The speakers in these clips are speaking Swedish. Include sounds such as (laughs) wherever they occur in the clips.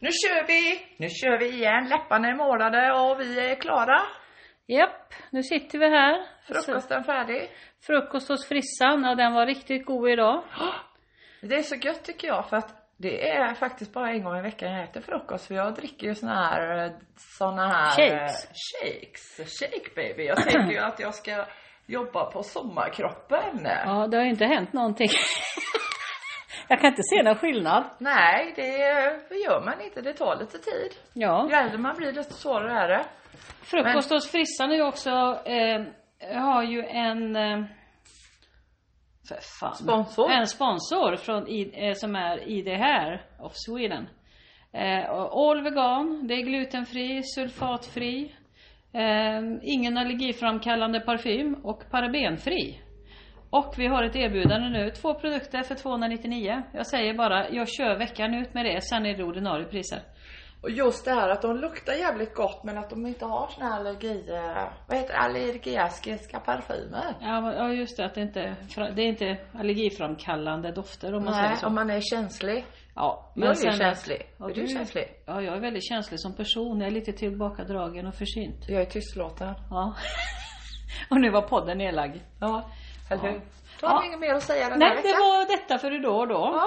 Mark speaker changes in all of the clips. Speaker 1: Nu kör vi! Nu kör vi igen. Läpparna är målade och vi är klara.
Speaker 2: Japp, nu sitter vi här.
Speaker 1: Frukosten färdig.
Speaker 2: Frukost hos frissan, ja den var riktigt god idag.
Speaker 1: Det är så gött tycker jag för att det är faktiskt bara en gång i veckan jag äter frukost för jag dricker ju såna här, eh, såna här
Speaker 2: Shakes.
Speaker 1: eh, shakes. Shake baby. Jag tänker ju att jag ska jobba på sommarkroppen.
Speaker 2: Ja, det har ju inte hänt någonting. (laughs) Jag kan inte se någon skillnad.
Speaker 1: Nej, det gör man inte. Det tar lite tid. Ju
Speaker 2: Ja,
Speaker 1: äldre man blir desto svårare är det.
Speaker 2: frukost hos frissan är ju också, eh, har ju en eh, för fan.
Speaker 1: Sponsor.
Speaker 2: En sponsor från, i- eh, som är ID här of Sweden. Eh, och all vegan, det är glutenfri, sulfatfri, eh, ingen allergiframkallande parfym och parabenfri. Och vi har ett erbjudande nu, två produkter för 299. Jag säger bara, jag kör veckan ut med det, sen är det ordinarie priser.
Speaker 1: Och just det här att de luktar jävligt gott men att de inte har såna här allergi... Vad heter det? Allergiaskiska parfymer.
Speaker 2: Ja, men- ja just det, att det inte det är inte allergiframkallande dofter om man säger
Speaker 1: Nej,
Speaker 2: så.
Speaker 1: om man är känslig.
Speaker 2: Ja,
Speaker 1: Jag är ju
Speaker 2: sen-
Speaker 1: känslig.
Speaker 2: Ja,
Speaker 1: är du, känslig?
Speaker 2: Ja, jag är väldigt känslig som person. Jag är lite tillbakadragen och försynt.
Speaker 1: Jag är tystlåten.
Speaker 2: Ja. (laughs) och nu var podden nedlagd.
Speaker 1: Ja, eller
Speaker 2: Ja.
Speaker 1: hur? Då
Speaker 2: Ja.
Speaker 1: har vi inget mer att säga den här
Speaker 2: Nej, det
Speaker 1: veckan.
Speaker 2: var detta för idag och då.
Speaker 1: Ja.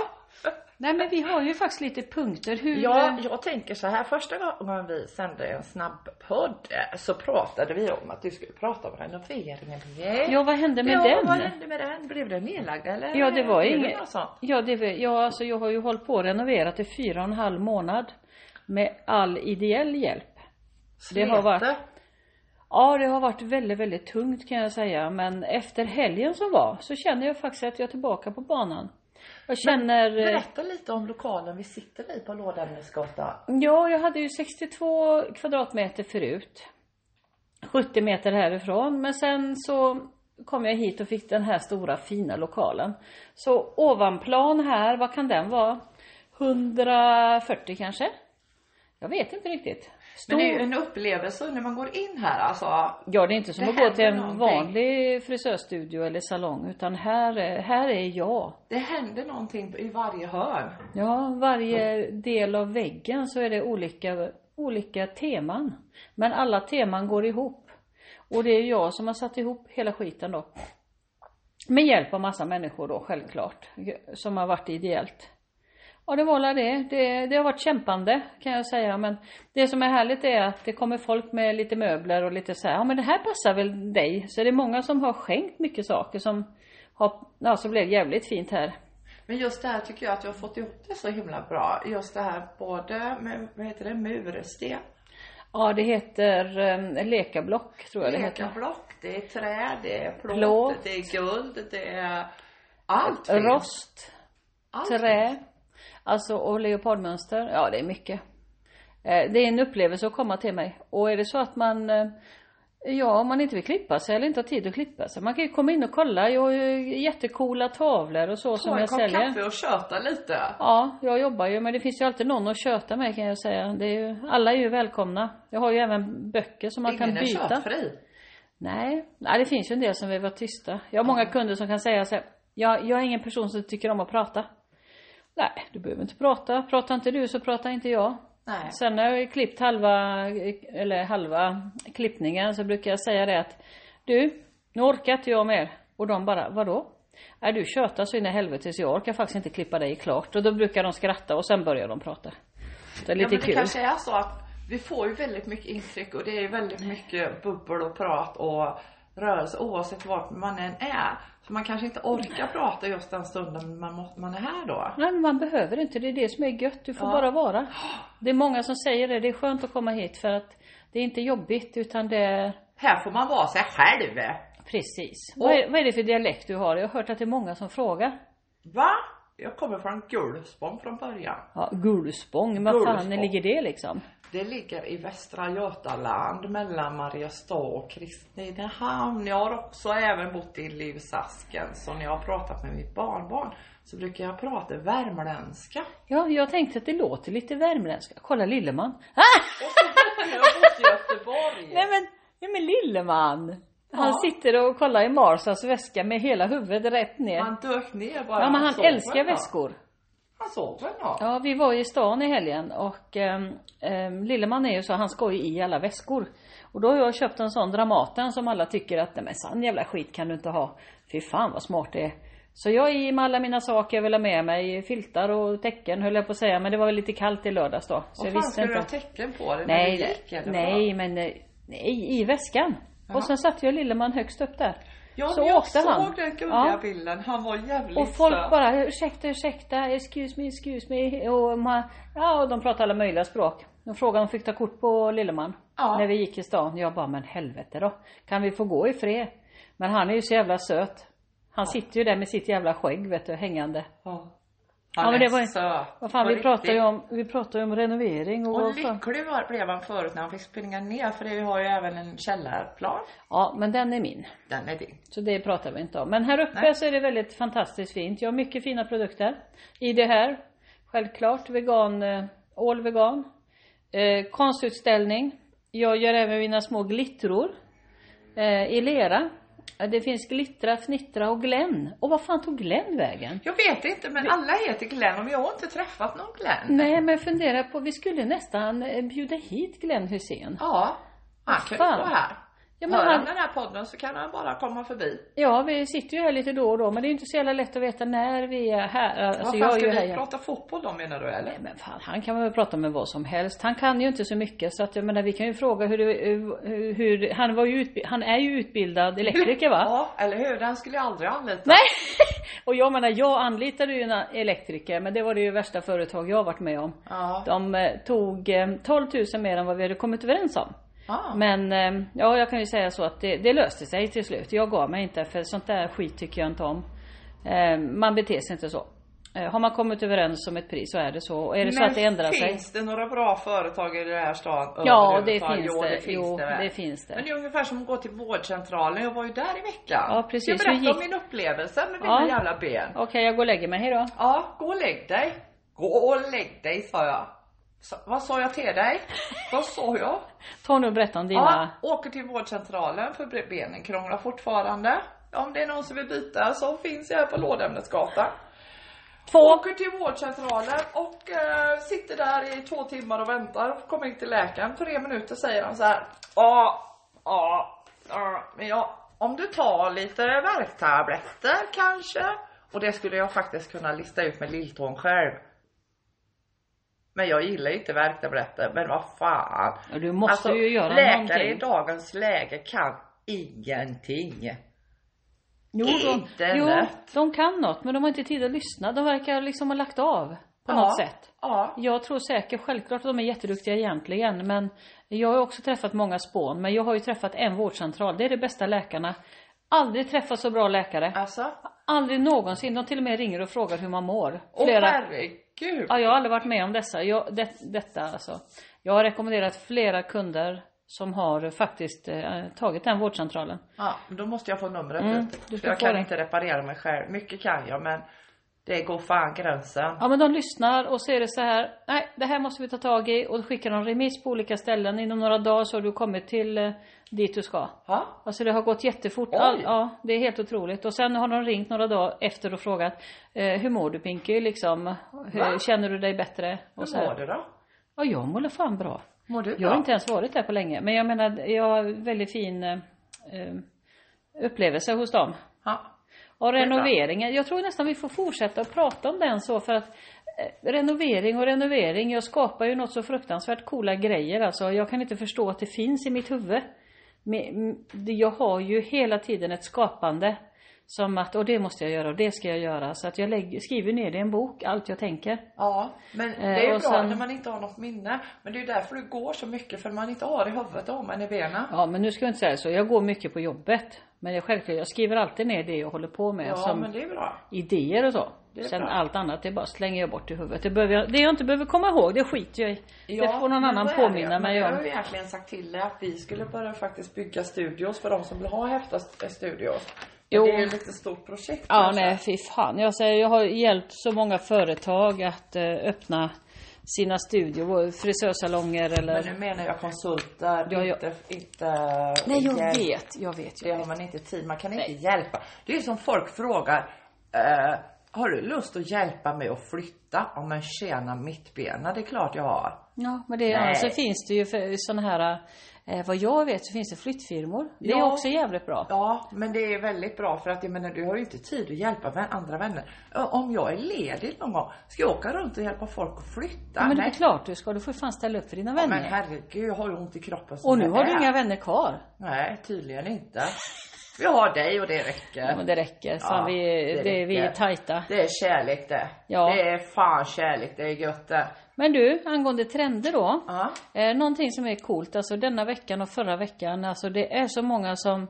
Speaker 2: Nej, men vi har ju faktiskt lite punkter. Hur...
Speaker 1: Ja, jag tänker så här. Första gången vi sände en snabb podd eh, så pratade vi om att du skulle prata om renoveringen.
Speaker 2: ja, vad hände med
Speaker 1: ja,
Speaker 2: den?
Speaker 1: vad hände med den? Blev den nedlagd eller?
Speaker 2: Ja, det var
Speaker 1: Blev
Speaker 2: inget-
Speaker 1: något sånt?
Speaker 2: Ja, det, var- ja, alltså jag har ju hållit på och renoverat i fyra och en halv månad. Med all ideell hjälp. Det har varit-
Speaker 1: Svete.
Speaker 2: Ja, det har varit väldigt, väldigt tungt kan jag säga. Men efter helgen som var så känner jag faktiskt att jag är tillbaka på banan. Jag känner... eh,
Speaker 1: Berätta lite om lokalen vi sitter i på Lådämnesgatan.
Speaker 2: Ja, jag hade ju 62 kvadratmeter förut. 70 meter härifrån. Men sen så kom jag hit och fick den här stora fina lokalen. Så ovanplan här, vad kan den vara? 140 kanske? Jag vet inte riktigt. Stor...
Speaker 1: Men det är ju en upplevelse när man går in här alltså.
Speaker 2: Ja, det är inte som
Speaker 1: Det
Speaker 2: att gå till en
Speaker 1: händer någonting.
Speaker 2: vanlig frisörstudio eller salong. Utan här, är- här är jag.
Speaker 1: Det händer någonting i varje hörn.
Speaker 2: Ja, varje del av väggen så är det olika, olika teman. Men alla teman går ihop. Och det är jag som har satt ihop hela skiten då. Med hjälp av massa människor då självklart. Som har varit ideellt. Ja det var väl det. det. Det har varit kämpande kan jag säga men det som är härligt är att det kommer folk med lite möbler och lite så här, ja men det här passar väl dig. Så det är många som har skänkt mycket saker som har, ja, som blev jävligt fint här.
Speaker 1: Men just det här tycker jag att jag har fått ihop det så himla bra. Just det här både med, vad heter det, mursten,
Speaker 2: Ja, det heter eh, lekablock tror jag det heter.
Speaker 1: lekablock, det är trä, det är plåt,
Speaker 2: Plåt.
Speaker 1: det är guld, det är allt finns.
Speaker 2: Rost,
Speaker 1: Allt finns.
Speaker 2: trä, alltså och leopardmönster. Ja, det är mycket. Eh, det är en upplevelse att komma till mig. Och är det så att man eh, Ja, om man inte vill klippa sig eller inte har tid att klippa sig. Man kan ju komma in och kolla. Jag har ju jättekola tavlor och så
Speaker 1: Ta
Speaker 2: som
Speaker 1: en
Speaker 2: jag
Speaker 1: kopp
Speaker 2: säljer.
Speaker 1: kaffe och köta lite.
Speaker 2: Ja, jag jobbar ju men det finns ju alltid någon att köta med kan jag säga. Det är ju, alla är ju välkomna. Jag har ju även böcker som man
Speaker 1: Ingen
Speaker 2: kan
Speaker 1: är
Speaker 2: byta.
Speaker 1: köpfri.
Speaker 2: Nej, nej det finns ju en del som vill vara tysta. Jag har många kunder som kan säga så här, jag, jag är ingen person som tycker om att prata. Nej, du behöver inte prata. Pratar inte du så pratar inte jag.
Speaker 1: Nej.
Speaker 2: Sen när jag har klippt halva, eller halva klippningen så brukar jag säga det att Du, nu orkar inte jag mer. Och de bara, vadå? Nej du tjötar så in i helvete så jag orkar faktiskt inte klippa dig klart. Och då brukar de skratta och sen börjar de prata. Det är lite
Speaker 1: ja, men det
Speaker 2: kul.
Speaker 1: kanske är så att vi får ju väldigt mycket intryck och det är väldigt mycket bubbel och prat och rörelse oavsett vart man än är. Så man kanske inte orkar prata just den stunden man, må- man är här då.
Speaker 2: Nej men man behöver inte, det är det som är gött. Du får
Speaker 1: Ja.
Speaker 2: bara vara. Det är många som säger det, det är skönt att komma hit för att det är inte jobbigt utan det är
Speaker 1: Här får man vara sig själv.
Speaker 2: precis.
Speaker 1: Och-
Speaker 2: Vad, är, vad är det för dialekt du har? Jag har hört att det är många som frågar.
Speaker 1: Va? Jag kommer från Gullspång från början.
Speaker 2: Ja, Gullspång, men vad fan
Speaker 1: Gullspång.
Speaker 2: ligger det liksom?
Speaker 1: Det ligger i Västra Götaland mellan Mariestad och Kristinehamn. Jag har också även bott i Livsasken så när jag har pratat med mitt barnbarn så brukar jag prata värmländska.
Speaker 2: Ja, jag tänkte att det låter lite värmländska. Kolla Lilleman. Ah!
Speaker 1: Jag har bott i Göteborg.
Speaker 2: (laughs) Nej men, nej men Lilleman! Han
Speaker 1: Ja.
Speaker 2: sitter och kollar i Marsas väska med hela huvudet rätt ner.
Speaker 1: Han dök ner bara.
Speaker 2: ja men han
Speaker 1: såg mig,
Speaker 2: älskar
Speaker 1: va?
Speaker 2: väskor.
Speaker 1: Han såg väl något?
Speaker 2: Ja, vi var ju i stan i helgen och ehm, ehm, Lilleman är ju så, han ska ju i alla väskor. Och då har jag köpt en sån Dramaten som alla tycker att, nej men sann jävla skit kan du inte ha. Fy fan vad smart det är. Så jag är i med alla mina saker jag vill ha med mig, filtar och täcken höll jag på att säga, men det var väl lite kallt i lördags då. Så
Speaker 1: Vad
Speaker 2: jag
Speaker 1: fan
Speaker 2: visste
Speaker 1: skulle du
Speaker 2: inte.
Speaker 1: ha tecken på det? när
Speaker 2: Nej,
Speaker 1: du gick, eller
Speaker 2: nej
Speaker 1: vad?
Speaker 2: men eh, nej, i väskan.
Speaker 1: Jaha.
Speaker 2: Och sen satte jag Lilleman högst upp där.
Speaker 1: Ja,
Speaker 2: så
Speaker 1: men jag
Speaker 2: åkte
Speaker 1: såg
Speaker 2: han.
Speaker 1: den gulliga
Speaker 2: Ja.
Speaker 1: bilden. Han var jävligt
Speaker 2: Och folk
Speaker 1: söt.
Speaker 2: bara ursäkta, ursäkta, excuse me, excuse me. Och man, ja, och de pratade alla möjliga språk. De frågade om de fick ta kort på Lilleman.
Speaker 1: Ja.
Speaker 2: När vi gick i stan. Jag bara, men helvete då. Kan vi få gå i fred? Men han är ju så jävla söt. Han sitter ju där med sitt jävla skägg vet du, hängande.
Speaker 1: Ja.
Speaker 2: Ja,
Speaker 1: Han
Speaker 2: men
Speaker 1: är
Speaker 2: det var ju-
Speaker 1: söt.
Speaker 2: Vad fan,
Speaker 1: på
Speaker 2: vi pratar ju
Speaker 1: riktigt.
Speaker 2: om, vi pratar ju om renovering och,
Speaker 1: Och
Speaker 2: vad fan.
Speaker 1: lycklig var, blev han förut när han fick springa ner för det har ju även en källarplan.
Speaker 2: Ja, men den är min.
Speaker 1: Den är din.
Speaker 2: Så det pratar vi inte om. Men här uppe
Speaker 1: Nej.
Speaker 2: så är det väldigt fantastiskt fint. Jag har mycket fina produkter. I det här, självklart, vegan, eh, all vegan. Eh, konstutställning. Jag gör även mina små glittror eh, i lera. Eh, Det finns glittra, fnittra och Glenn. Och vad fan tog Glenn vägen?
Speaker 1: Jag vet inte men alla heter Glenn och jag har inte träffat någon Glenn.
Speaker 2: Nej men fundera på, vi skulle nästan eh, bjuda hit Glenn Hussein.
Speaker 1: Ja. Han kan ju
Speaker 2: Fan.
Speaker 1: vara här.
Speaker 2: Ja, men
Speaker 1: Hör han
Speaker 2: han,
Speaker 1: den här podden så kan han bara komma förbi.
Speaker 2: ja vi sitter ju här lite då och då men det är ju inte så jävla lätt att veta när vi är här. Alltså,
Speaker 1: Vad
Speaker 2: jag
Speaker 1: fan
Speaker 2: är
Speaker 1: ska
Speaker 2: ju
Speaker 1: vi
Speaker 2: här jämt.
Speaker 1: prata fotboll då menar du eller?
Speaker 2: Nej men fan, han kan väl prata med vad som helst. Han kan ju inte så mycket så att jag menar vi kan ju fråga hur, det, hur, hur han var ju utbi- han är ju utbildad elektriker va?
Speaker 1: (laughs) Ja, eller hur? Den skulle jag aldrig anlita.
Speaker 2: Nej! Och jag menar jag anlitade ju en elektriker men det var det ju värsta företag jag har varit med om.
Speaker 1: Ja.
Speaker 2: De eh, tog eh, 12 000 mer än vad vi hade kommit överens om.
Speaker 1: Ah.
Speaker 2: Men eh, ja, jag kan ju säga så att det, det löste sig till slut. Jag gav mig inte för sånt där skit tycker jag inte om. Eh, Man beter sig inte så. Eh, Har man kommit överens om ett pris så är det så. Och är det så att det ändrar
Speaker 1: finns
Speaker 2: sig.
Speaker 1: finns det några bra företag i den här stan
Speaker 2: Ja, det
Speaker 1: överhuvudtaget?
Speaker 2: finns
Speaker 1: jo, det. Finns
Speaker 2: det. Jo,
Speaker 1: det, väl.
Speaker 2: det finns
Speaker 1: Men
Speaker 2: det.
Speaker 1: det är ungefär som att gå till vårdcentralen. Jag var ju där i veckan.
Speaker 2: Ja, precis.
Speaker 1: Jag berättade
Speaker 2: Hur gick-
Speaker 1: om min upplevelse med
Speaker 2: Ja.
Speaker 1: mina jävla ben.
Speaker 2: Okej, jag går och lägger mig. Hejdå.
Speaker 1: Ja, gå och lägg dig. Gå och lägg dig sa jag. Sa- vad sa jag till dig? vad sa jag?
Speaker 2: Ta nu och berätta om
Speaker 1: Ja,
Speaker 2: dina...
Speaker 1: åker till vårdcentralen för benen krånglar fortfarande. Om det är någon som vill byta så finns jag här på Lådämnesgatan.
Speaker 2: Två!
Speaker 1: Åker till vårdcentralen och eh, sitter där i två timmar och väntar och kommer in till läkaren. Tre minuter säger han så här. Ja, ja, ja, men jag, om du tar lite värktabletter kanske. Och det skulle jag faktiskt kunna lista ut med lilltån själv. Men jag gillar ju inte värktabletter, men vad fan.
Speaker 2: Ja, Du måste ju göra
Speaker 1: Alltså, läkare i
Speaker 2: någonting.
Speaker 1: dagens läge kan ingenting.
Speaker 2: Jo, de, jo,
Speaker 1: Internet.
Speaker 2: de kan något, men de har inte tid att lyssna. De verkar liksom ha lagt av på
Speaker 1: Ja.
Speaker 2: något sätt.
Speaker 1: Ja,
Speaker 2: Jag tror säkert, självklart att de är jätteduktiga egentligen, men jag har ju också träffat många spån, men jag har ju träffat en vårdcentral. Det är de bästa läkarna. Aldrig träffat så bra läkare.
Speaker 1: alltså.
Speaker 2: Aldrig någonsin. De till och med ringer och frågar hur man mår.
Speaker 1: Åh
Speaker 2: Flera-
Speaker 1: herregud.
Speaker 2: Ja, jag har aldrig varit med om dessa. Jag, det, detta alltså. Jag har rekommenderat flera kunder som har faktiskt eh, tagit den vårdcentralen.
Speaker 1: Ja, men då måste jag få numret.
Speaker 2: Mm,
Speaker 1: vet
Speaker 2: du
Speaker 1: du
Speaker 2: ska
Speaker 1: för jag
Speaker 2: få
Speaker 1: kan
Speaker 2: det.
Speaker 1: inte reparera mig själv. Mycket kan jag men det går fan gränsen.
Speaker 2: Ja men de lyssnar och så är det så här, nej det här måste vi ta tag i och då skickar de remiss på olika ställen. Inom några dagar så har du kommit till eh, dit du ska.
Speaker 1: Ja.
Speaker 2: Alltså det har gått jättefort.
Speaker 1: Oj.
Speaker 2: All, ja, det är helt otroligt. Och sen har de ringt några dagar efter och frågat eh, Hur mår du Pinky? Liksom, hur,
Speaker 1: Va?
Speaker 2: känner du dig bättre? Och så
Speaker 1: Hur mår
Speaker 2: här.
Speaker 1: du då?
Speaker 2: Ja, jag mår fan bra.
Speaker 1: Mår du
Speaker 2: Jag
Speaker 1: bra?
Speaker 2: har inte ens varit där på länge. Men jag menar, jag har väldigt fin eh, eh, upplevelse hos dem.
Speaker 1: Ja.
Speaker 2: Och
Speaker 1: är bra.
Speaker 2: renoveringen, jag tror nästan vi får fortsätta att prata om den så för att eh, renovering och renovering, jag skapar ju något så fruktansvärt coola grejer alltså. Jag kan inte förstå att det finns i mitt huvud. Men, mm, det- jag har ju hela tiden ett skapande. Som att, och det måste jag göra och det ska jag göra. Så att jag lägger, skriver ner det i en bok, allt jag tänker.
Speaker 1: Ja, men det är
Speaker 2: Eh, och
Speaker 1: bra
Speaker 2: sen-
Speaker 1: när man inte har något minne. Men det är ju därför du går så mycket för man inte har i huvudet om en i benen.
Speaker 2: Ja men nu ska jag inte säga så, jag går mycket på jobbet. Men jag, självklart, jag skriver alltid ner det jag håller på med.
Speaker 1: Ja,
Speaker 2: som,
Speaker 1: men det är bra.
Speaker 2: idéer och så.
Speaker 1: Det är
Speaker 2: Sen
Speaker 1: bra.
Speaker 2: allt annat det bara slänger jag bort i huvudet. Det, behöver jag, det jag inte behöver komma ihåg, det skiter jag i. det
Speaker 1: Ja,
Speaker 2: får någon
Speaker 1: men
Speaker 2: annan
Speaker 1: så är
Speaker 2: påminna
Speaker 1: det.
Speaker 2: mig
Speaker 1: Men Jag har
Speaker 2: om.
Speaker 1: ju egentligen sagt till dig att vi skulle börja faktiskt bygga studios för de som vill ha häftiga studios. Men
Speaker 2: Jo.
Speaker 1: Det är ju ett lite stort projekt.
Speaker 2: Ja
Speaker 1: kanske.
Speaker 2: nej fy fan. Jag, säger, jag har hjälpt så många företag att eh, öppna sina studior, frisörsalonger eller...
Speaker 1: Men nu menar jag konsulter,
Speaker 2: Ja, jag-
Speaker 1: inte, inte
Speaker 2: nej jag
Speaker 1: hjälp.
Speaker 2: vet, jag vet,
Speaker 1: Det
Speaker 2: jag
Speaker 1: har
Speaker 2: vet.
Speaker 1: man inte tid, man kan inte hjälpa. Det är som folk frågar eh, Har du lust att hjälpa mig att flytta? Om men tjena mittbena, det är klart jag har.
Speaker 2: Ja, men det,
Speaker 1: Nej.
Speaker 2: annars så finns det ju för sådana här, eh, vad jag vet så finns det flyttfirmor. Det är
Speaker 1: Ja.
Speaker 2: också jävligt bra.
Speaker 1: Ja, men det är väldigt bra för att jag menar, du har ju inte tid att hjälpa vän, andra vänner. Ö, Om jag är ledig någon gång, ska jag åka runt och hjälpa folk att flytta?
Speaker 2: Ja, men det är
Speaker 1: Nej.
Speaker 2: klart du ska, du får ju fan ställa upp för dina
Speaker 1: Ja, men
Speaker 2: vänner.
Speaker 1: herregud, jag har ju ont i kroppen som
Speaker 2: och nu
Speaker 1: det
Speaker 2: har
Speaker 1: är.
Speaker 2: du inga vänner kvar.
Speaker 1: Nej, tydligen inte. Vi har dig och det
Speaker 2: Ja,
Speaker 1: räcker.
Speaker 2: men det räcker, fan
Speaker 1: Ja,
Speaker 2: vi,
Speaker 1: det
Speaker 2: det vi är
Speaker 1: räcker.
Speaker 2: tajta.
Speaker 1: Det är kärlek det.
Speaker 2: Ja.
Speaker 1: Det är fan kärlek, det är gött det.
Speaker 2: Men du, angående trender då.
Speaker 1: Ja.
Speaker 2: Eh, någonting som är coolt, alltså denna veckan och förra veckan, alltså det är så många som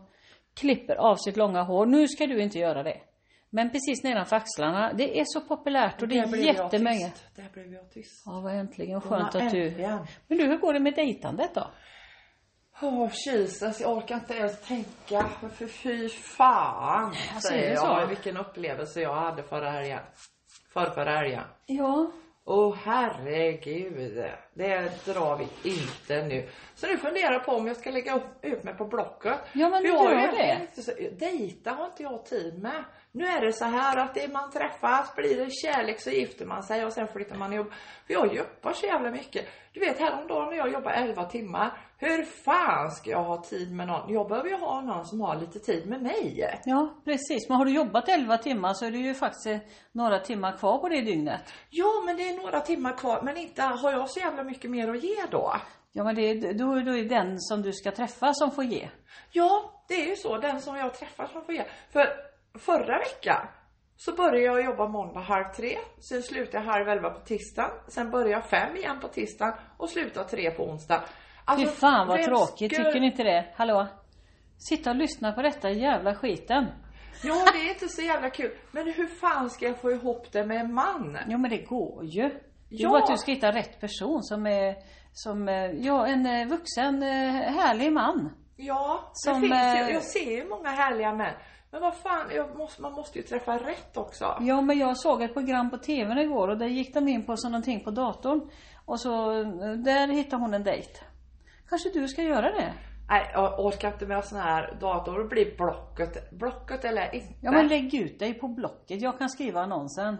Speaker 2: klipper av sitt långa hår. Nu ska du inte göra det. Men precis nedanför axlarna, det är så populärt och det
Speaker 1: Där
Speaker 2: är
Speaker 1: blev jag
Speaker 2: jättemånga.
Speaker 1: tyst. Där blev jag tyst.
Speaker 2: Ja, vad äntligen skönt
Speaker 1: Ja,
Speaker 2: att du...
Speaker 1: äntligen.
Speaker 2: Men du, hur går det med dejtandet då?
Speaker 1: Åh Jesus, jag orkar inte ens tänka. För fy fan,
Speaker 2: Ja, så Alltså, är
Speaker 1: säger
Speaker 2: det
Speaker 1: jag.
Speaker 2: så.
Speaker 1: Men Vilken upplevelse jag hade förra helgen. För förra helgen.
Speaker 2: Ja.
Speaker 1: Åh herregud, det drar vi inte nu. Så nu funderar jag på om jag ska lägga upp, ut mig på Blocket.
Speaker 2: Ja, men
Speaker 1: För
Speaker 2: gör
Speaker 1: jag har ju
Speaker 2: det.
Speaker 1: egentligen inte så- Dejta har inte jag tid med. Nu är det så här att det man träffas, blir det kärlek så gifter man sig och sen flyttar man ihop. För jag jobbar så jävla mycket. Du vet häromdagen när jag jobbar 11 timmar. Hur fan ska jag ha tid med någon? Jag behöver ju ha någon som har lite tid med mig.
Speaker 2: Ja, precis. Men har du jobbat 11 timmar så är det ju faktiskt eh, några timmar kvar på det dygnet.
Speaker 1: Ja men det är några timmar kvar men inte har jag så jävla mycket mer att ge då.
Speaker 2: Ja, men det är, då, då är det den som du ska träffa som får ge.
Speaker 1: Ja, det är ju så. Den som jag träffar som får ge. För förra veckan så började jag jobba måndag halv tre. Sen slutade jag halv elva på tisdagen. Sen började jag fem igen på tisdagen och slutade tre på onsdag.
Speaker 2: Fy fan vad
Speaker 1: Alltså, vem
Speaker 2: tråkigt,
Speaker 1: skulle-
Speaker 2: tycker ni inte det? Hallå? Sitta och lyssna på detta jävla skiten.
Speaker 1: Ja, det är inte så jävla kul. Men hur fan ska jag få ihop det med en man?
Speaker 2: Jo men det går ju. Det är
Speaker 1: Ja.
Speaker 2: bara att du ska hitta rätt person som är, som, eh, ja en eh, vuxen eh, härlig man.
Speaker 1: Ja, det
Speaker 2: Som,
Speaker 1: finns ju.
Speaker 2: eh,
Speaker 1: Jag ser ju många härliga män. Men vad fan, jag måste, man måste ju träffa rätt också.
Speaker 2: Ja men jag såg ett program på tvn igår och där gick de in på så någonting på datorn. Och så, eh, där hittade hon en dejt. Kanske du ska göra det?
Speaker 1: Nej, jag orkar inte med sån här dator. Det blir Blocket. Blocket eller inte.
Speaker 2: Ja men lägg ut dig på Blocket, jag kan skriva annonsen.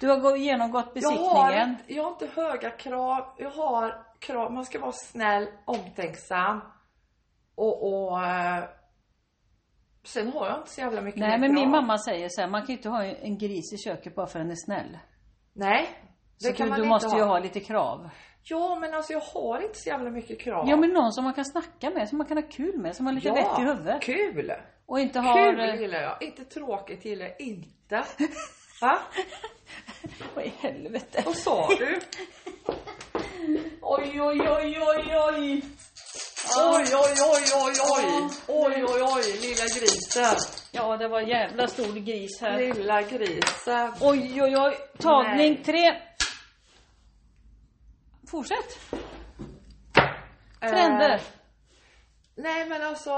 Speaker 2: Du har gå- genomgått besiktningen.
Speaker 1: Jag har, inte, jag har inte höga krav. Jag har krav. Man ska vara snäll, omtänksam och, och eh, Sen har jag inte så jävla mycket
Speaker 2: Nej
Speaker 1: mer
Speaker 2: men min
Speaker 1: krav.
Speaker 2: mamma säger så här, man kan ju inte ha en gris i köket bara för att den är snäll.
Speaker 1: Nej.
Speaker 2: Så
Speaker 1: Det kan
Speaker 2: du,
Speaker 1: man
Speaker 2: du
Speaker 1: inte
Speaker 2: måste
Speaker 1: ha.
Speaker 2: ju ha lite krav.
Speaker 1: Ja men alltså jag har inte så jävla mycket krav.
Speaker 2: Ja men någon som man kan snacka med, som man kan ha kul med, som har lite
Speaker 1: Ja,
Speaker 2: vett i huvudet.
Speaker 1: Kul!
Speaker 2: Och inte
Speaker 1: Kul
Speaker 2: har...
Speaker 1: gillar jag. Inte tråkigt gillar jag inte. Va?
Speaker 2: Vad i helvete?
Speaker 1: Vad sa
Speaker 2: (laughs)
Speaker 1: du?
Speaker 2: Oj, oj, oj, oj, oj!
Speaker 1: Oj oj oj oj oj! Oj oj oj lilla grisen!
Speaker 2: Ja, det var en jävla stor gris här.
Speaker 1: Lilla grisen!
Speaker 2: Oj, oj, oj! Tagning
Speaker 1: Nej.
Speaker 2: tre! Fortsätt! Trender!
Speaker 1: Eh, Nej men alltså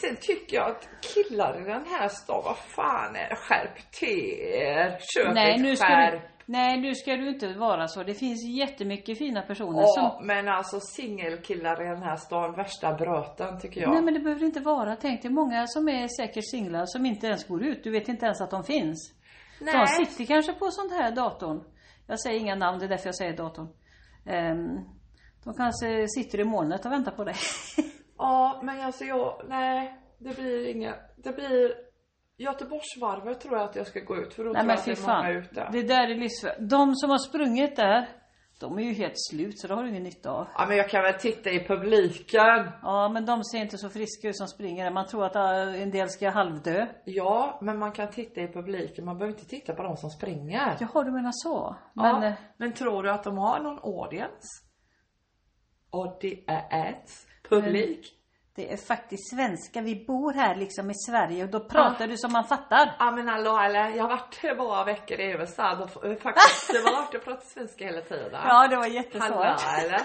Speaker 1: Sen tycker jag att killar i den här stan, vad fan är det? Skärp till er! Köp
Speaker 2: nej,
Speaker 1: ett
Speaker 2: nu ska
Speaker 1: skärp!
Speaker 2: du, nej, nu ska du inte vara så. Det finns jättemycket fina personer som
Speaker 1: Ja, men alltså singelkillar i den här stan, värsta bröten tycker jag.
Speaker 2: Nej men det behöver det inte vara. Tänk dig många som är säkert singlar som inte ens går ut. Du vet inte ens att de finns. De sitter kanske på sånt här datorn. Jag säger inga namn, det är därför jag säger datorn. Ehm, de kanske sitter i molnet och väntar
Speaker 1: (laughs)
Speaker 2: på dig.
Speaker 1: Ja, men alltså jag, nej, det blir inget. Det blir Göteborgsvarvet tror jag att jag ska gå ut för då
Speaker 2: Nej
Speaker 1: tror jag
Speaker 2: men
Speaker 1: att det
Speaker 2: fy
Speaker 1: är många
Speaker 2: fan.
Speaker 1: ute.
Speaker 2: Det där är livsfarligt. De som har sprungit där, de är ju helt slut så det har du ingen nytta av.
Speaker 1: Ja, men jag kan väl titta i publiken.
Speaker 2: Ja men de ser inte så friska ut som springer där. Man tror att äh, en del ska halvdö.
Speaker 1: Ja, men man kan titta i publiken. Man behöver inte titta på de som springer.
Speaker 2: Jaha du menar så. Men,
Speaker 1: ja,
Speaker 2: eh,
Speaker 1: men tror du att de har någon audience? Audience? Publik?
Speaker 2: Det är faktiskt svenska. Vi bor här liksom i Sverige och då pratar du som man fattar.
Speaker 1: Ja men hallå eller, jag har varit här bara veckor i USA och f- (laughs) faktiskt det var jag pratar svenska hela tiden.
Speaker 2: Ja, det var
Speaker 1: Hallå
Speaker 2: jättesvårt.
Speaker 1: (laughs) eller?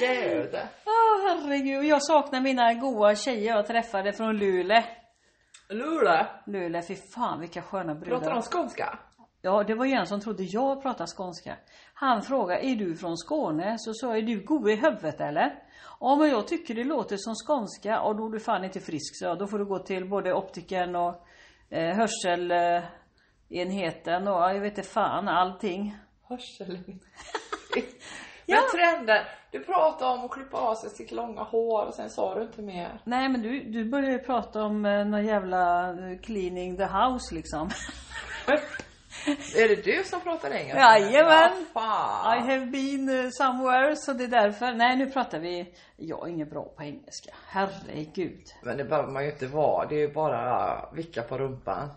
Speaker 1: Gud.
Speaker 2: Åh herregud, jag saknar mina goa tjejer jag träffade från Luleå.
Speaker 1: Luleå,
Speaker 2: Luleå, fy fan vilka sköna
Speaker 1: pratar de
Speaker 2: brudar.
Speaker 1: skånska?
Speaker 2: Ja, det var ju en som trodde jag pratade skånska. Han frågade, är du från Skåne? Så sa jag, är du god i huvudet eller? Ja, men jag tycker det låter som skånska. Och då är du fan inte frisk, så jag. Då får du gå till både optikern och eh, hörsel... Eh, enheten och jag vet inte fan allting.
Speaker 1: (laughs) Hörseln. Men trenden. Du pratade om att klippa av sig sitt långa hår och sen sa du inte mer.
Speaker 2: Nej men du, du började ju prata om eh, någon jävla eh, cleaning the house liksom.
Speaker 1: är det du som pratar engelska?
Speaker 2: Jajamän.
Speaker 1: Ja, fan.
Speaker 2: I have been eh, somewhere så det är därför. Nej nu pratar vi, jag är inget bra på engelska. Herregud.
Speaker 1: Men det behöver man ju inte vara. Det är ju bara vicka på rumpan.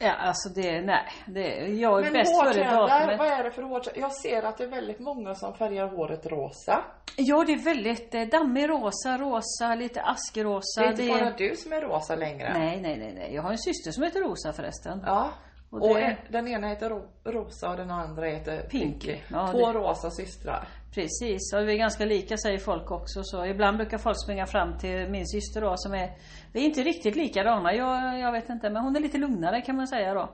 Speaker 2: Ja alltså det, nej. Det, jag är
Speaker 1: Men
Speaker 2: bäst före
Speaker 1: hårtrendar,
Speaker 2: datumet.
Speaker 1: vad är det för hårtrendar? Jag ser att det är väldigt många som färgar håret rosa.
Speaker 2: Ja det är väldigt eh, dammig rosa, rosa, lite askerosa.
Speaker 1: det är inte
Speaker 2: Det-
Speaker 1: bara du som är rosa längre.
Speaker 2: Nej, nej, nej, nej. Jag har en syster som heter Rosa förresten.
Speaker 1: Ja.
Speaker 2: Och
Speaker 1: Och,
Speaker 2: det-
Speaker 1: en- den ena heter Ro- Rosa och den andra heter
Speaker 2: Pinky.
Speaker 1: Pinky.
Speaker 2: Ja,
Speaker 1: Två
Speaker 2: det-
Speaker 1: rosa systrar.
Speaker 2: Precis, och vi är ganska lika säger folk också. Så ibland brukar folk springa fram till min syster då som är, vi är inte riktigt likadana, jag, jag vet inte, men hon är lite lugnare kan man säga då.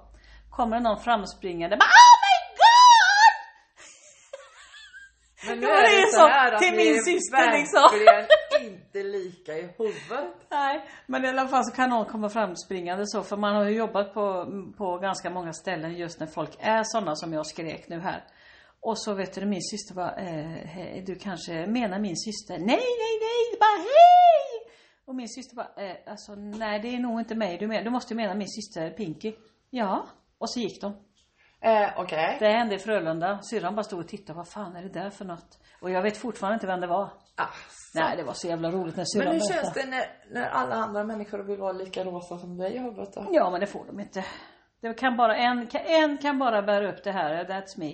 Speaker 2: Kommer någon framspringande, bara, Oh my god!
Speaker 1: Men
Speaker 2: Ja, det är så. Till
Speaker 1: vi
Speaker 2: min
Speaker 1: är
Speaker 2: syster, liksom.
Speaker 1: verkligen (laughs) inte lika i huvudet.
Speaker 2: Nej, men i alla fall så kan någon komma framspringande så, för man har ju jobbat på, på ganska många ställen just när folk är sådana som jag skrek nu här. Och så vet du, min syster bara, eh, hej, du kanske menar min syster? Nej, nej, nej, bara hej! Och min syster bara, eh, alltså nej det är nog inte mig du menar, du måste ju mena min syster Pinky. Ja, och så gick de.
Speaker 1: Eh, Okej.
Speaker 2: Det hände i Frölunda, syrran bara stod och tittade, vad fan är det där för något? Och jag vet fortfarande inte vem det var.
Speaker 1: Alltså.
Speaker 2: Nej, det var så jävla roligt när syrran
Speaker 1: Men hur
Speaker 2: berättade.
Speaker 1: känns det när, när alla andra människor vill vara lika rosa som dig i huvudet då?
Speaker 2: Ja, men det får de inte. Det kan bara en, kan- en kan bara bära upp det här, that's me.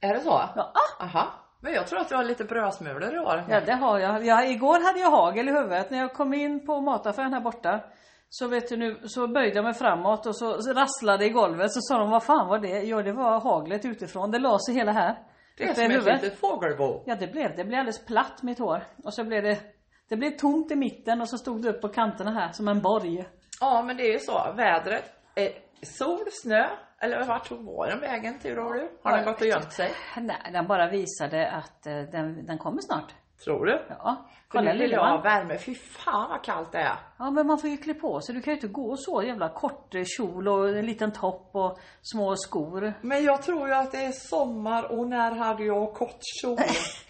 Speaker 1: Är det så?
Speaker 2: Ja,
Speaker 1: Aha. Men jag tror att du har lite brödsmulor i år.
Speaker 2: ja det har jag. jag. Igår hade jag hagel i huvudet. När jag kom in på mataffären här borta så, vet du, nu, så böjde jag mig framåt och så rasslade det i golvet. Så sa de, vad fan var det? Jo, det var haglet utifrån. Det la sig hela här.
Speaker 1: Det är
Speaker 2: uppe i
Speaker 1: som ett
Speaker 2: huvudet.
Speaker 1: litet fågelbo.
Speaker 2: Ja, det blev det. blev alldeles platt mitt hår. Och så blev det, det blev tomt i mitten och så stod det upp på kanterna här som en borg.
Speaker 1: Ja, men det är ju så. Vädret. Eh, sol, snö. Eller vart tog våren vägen tror du? Har den
Speaker 2: Ja,
Speaker 1: gått och gömt sig?
Speaker 2: Nej, den bara visade att eh, den, den kommer snart.
Speaker 1: Tror du?
Speaker 2: Ja,
Speaker 1: För
Speaker 2: kolla
Speaker 1: nu vill jag
Speaker 2: lilleman.
Speaker 1: ha värme. Fy fan vad kallt det är.
Speaker 2: Ja men man får ju klä på sig. Du kan ju inte gå så jävla kort eh, kjol och en liten topp och små skor.
Speaker 1: Men jag tror ju att det är sommar och när hade jag kort
Speaker 2: (laughs)
Speaker 1: kjol?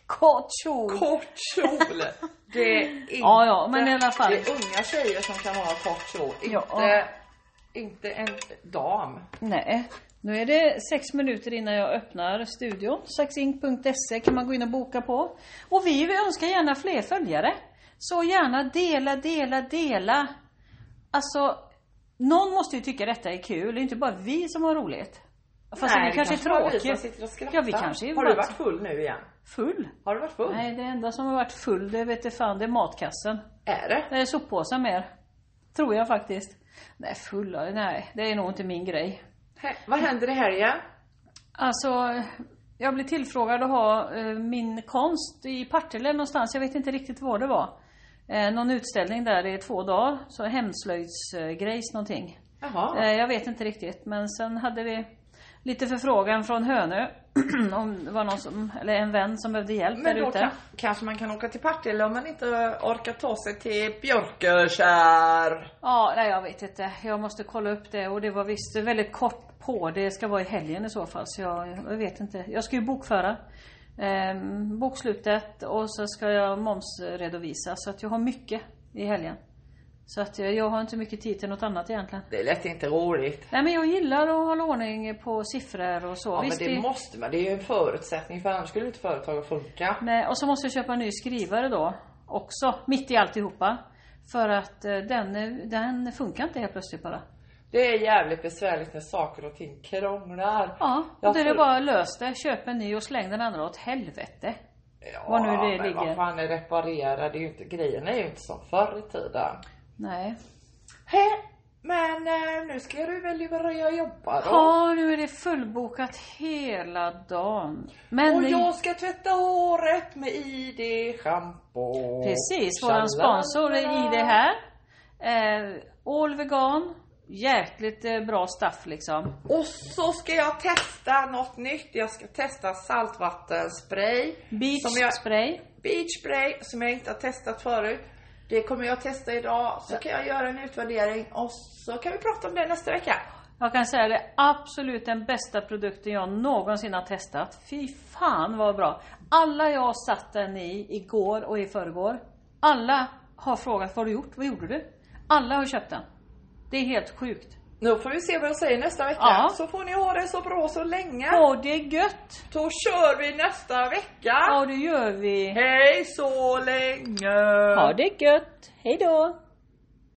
Speaker 2: Kort kjol!
Speaker 1: Kort kjol! Det är inte...
Speaker 2: Ja, ja, men i alla fall.
Speaker 1: Det är unga tjejer som kan ha kort kjol.
Speaker 2: Ja.
Speaker 1: Inte, inte en dam.
Speaker 2: Nej. Nu är det sex minuter innan jag öppnar studion. Saxink.se kan man gå in och boka på. Och vi önskar gärna fler följare. Så gärna dela, dela, dela. Alltså, någon måste ju tycka detta är kul. Det är inte bara vi som har roligt. Fast
Speaker 1: Nej,
Speaker 2: vi kanske,
Speaker 1: bara
Speaker 2: är
Speaker 1: vi som
Speaker 2: tråkiga.
Speaker 1: sitter och skrattar.
Speaker 2: Ja, vi kanske är
Speaker 1: Har du
Speaker 2: bara-
Speaker 1: varit full nu igen?
Speaker 2: Full?
Speaker 1: Har du varit full?
Speaker 2: Nej, det enda som har varit full, det vet jag fan, det är matkassen.
Speaker 1: Är det?
Speaker 2: Det är soppåsar mer. Tror jag faktiskt. Nej, fulla, nej. Det är nog inte min grej.
Speaker 1: He- vad händer i helgen?
Speaker 2: Alltså, jag blev tillfrågad att ha eh, min konst i Partille någonstans. Jag vet inte riktigt var det var. Eh, någon utställning där i två dagar. Så hemslöjdsgrejs någonting.
Speaker 1: Jaha.
Speaker 2: Eh, jag vet inte riktigt. Men sen hade vi lite förfrågan från Hönö. (clears throat) om det var någon som, eller en vän som behövde hjälp
Speaker 1: Men
Speaker 2: där
Speaker 1: då
Speaker 2: ute.
Speaker 1: kan, kanske man kan åka till Partille om man inte orkar ta sig till Björkökär.
Speaker 2: Ja, nej jag vet inte. Jag måste kolla upp det och det var visst väldigt kort på. Det ska vara i helgen i så fall. Så jag, jag vet inte. Jag ska ju bokföra ehm, bokslutet och så ska jag momsredovisa. Så att jag har mycket i helgen. Så att jag, jag har inte mycket tid till något annat egentligen.
Speaker 1: Det lät inte roligt.
Speaker 2: Nej men jag gillar att hålla ordning på siffror och så.
Speaker 1: Ja
Speaker 2: Visst,
Speaker 1: men
Speaker 2: det-
Speaker 1: det måste man, det är ju en förutsättning för annars skulle inte företaget funka.
Speaker 2: Nej, och så måste jag köpa en ny skrivare då också. Mitt i alltihopa. För att eh, den, eh, den funkar inte helt plötsligt bara.
Speaker 1: Det är jävligt besvärligt när saker och ting krånglar.
Speaker 2: Ja, och
Speaker 1: Jag
Speaker 2: då är det
Speaker 1: tror-
Speaker 2: bara lös det, köp en ny och släng den andra åt helvete.
Speaker 1: Ja,
Speaker 2: Var nu det
Speaker 1: men
Speaker 2: ligger.
Speaker 1: vad fan är reparera? Det är ju inte, grejerna är ju inte som förr i tiden.
Speaker 2: Nej.
Speaker 1: Hej, men eh, nu ska du väl börja jobba då?
Speaker 2: Ja, nu är det fullbokat hela dagen. Men
Speaker 1: Och jag ska tvätta håret med ID shampoo.
Speaker 2: precis, våran sponsor är i det här. Eh, all vegan. Jäkligt eh, bra staff liksom.
Speaker 1: Och så ska jag testa något nytt. Jag ska testa saltvattenspray. Som
Speaker 2: Beach
Speaker 1: jag,
Speaker 2: spray.
Speaker 1: beach spray som jag inte har testat förut. Det kommer jag testa idag. Så kan jag göra en utvärdering och så kan vi prata om det nästa vecka.
Speaker 2: Jag kan säga det är absolut den bästa produkten jag någonsin har testat. Fy fan vad bra! Alla jag har satt den i igår och i förrgår, alla har frågat vad har du gjort? Vad gjorde du? Alla har köpt den. Det är helt sjukt.
Speaker 1: Nu får vi se vad jag säger nästa vecka.
Speaker 2: Ja.
Speaker 1: Så får ni ha det så bra så länge.
Speaker 2: Åh, det är gött!
Speaker 1: Då kör vi nästa vecka.
Speaker 2: Ja, det gör vi.
Speaker 1: Hej så länge.
Speaker 2: Ha det gött! Hejdå!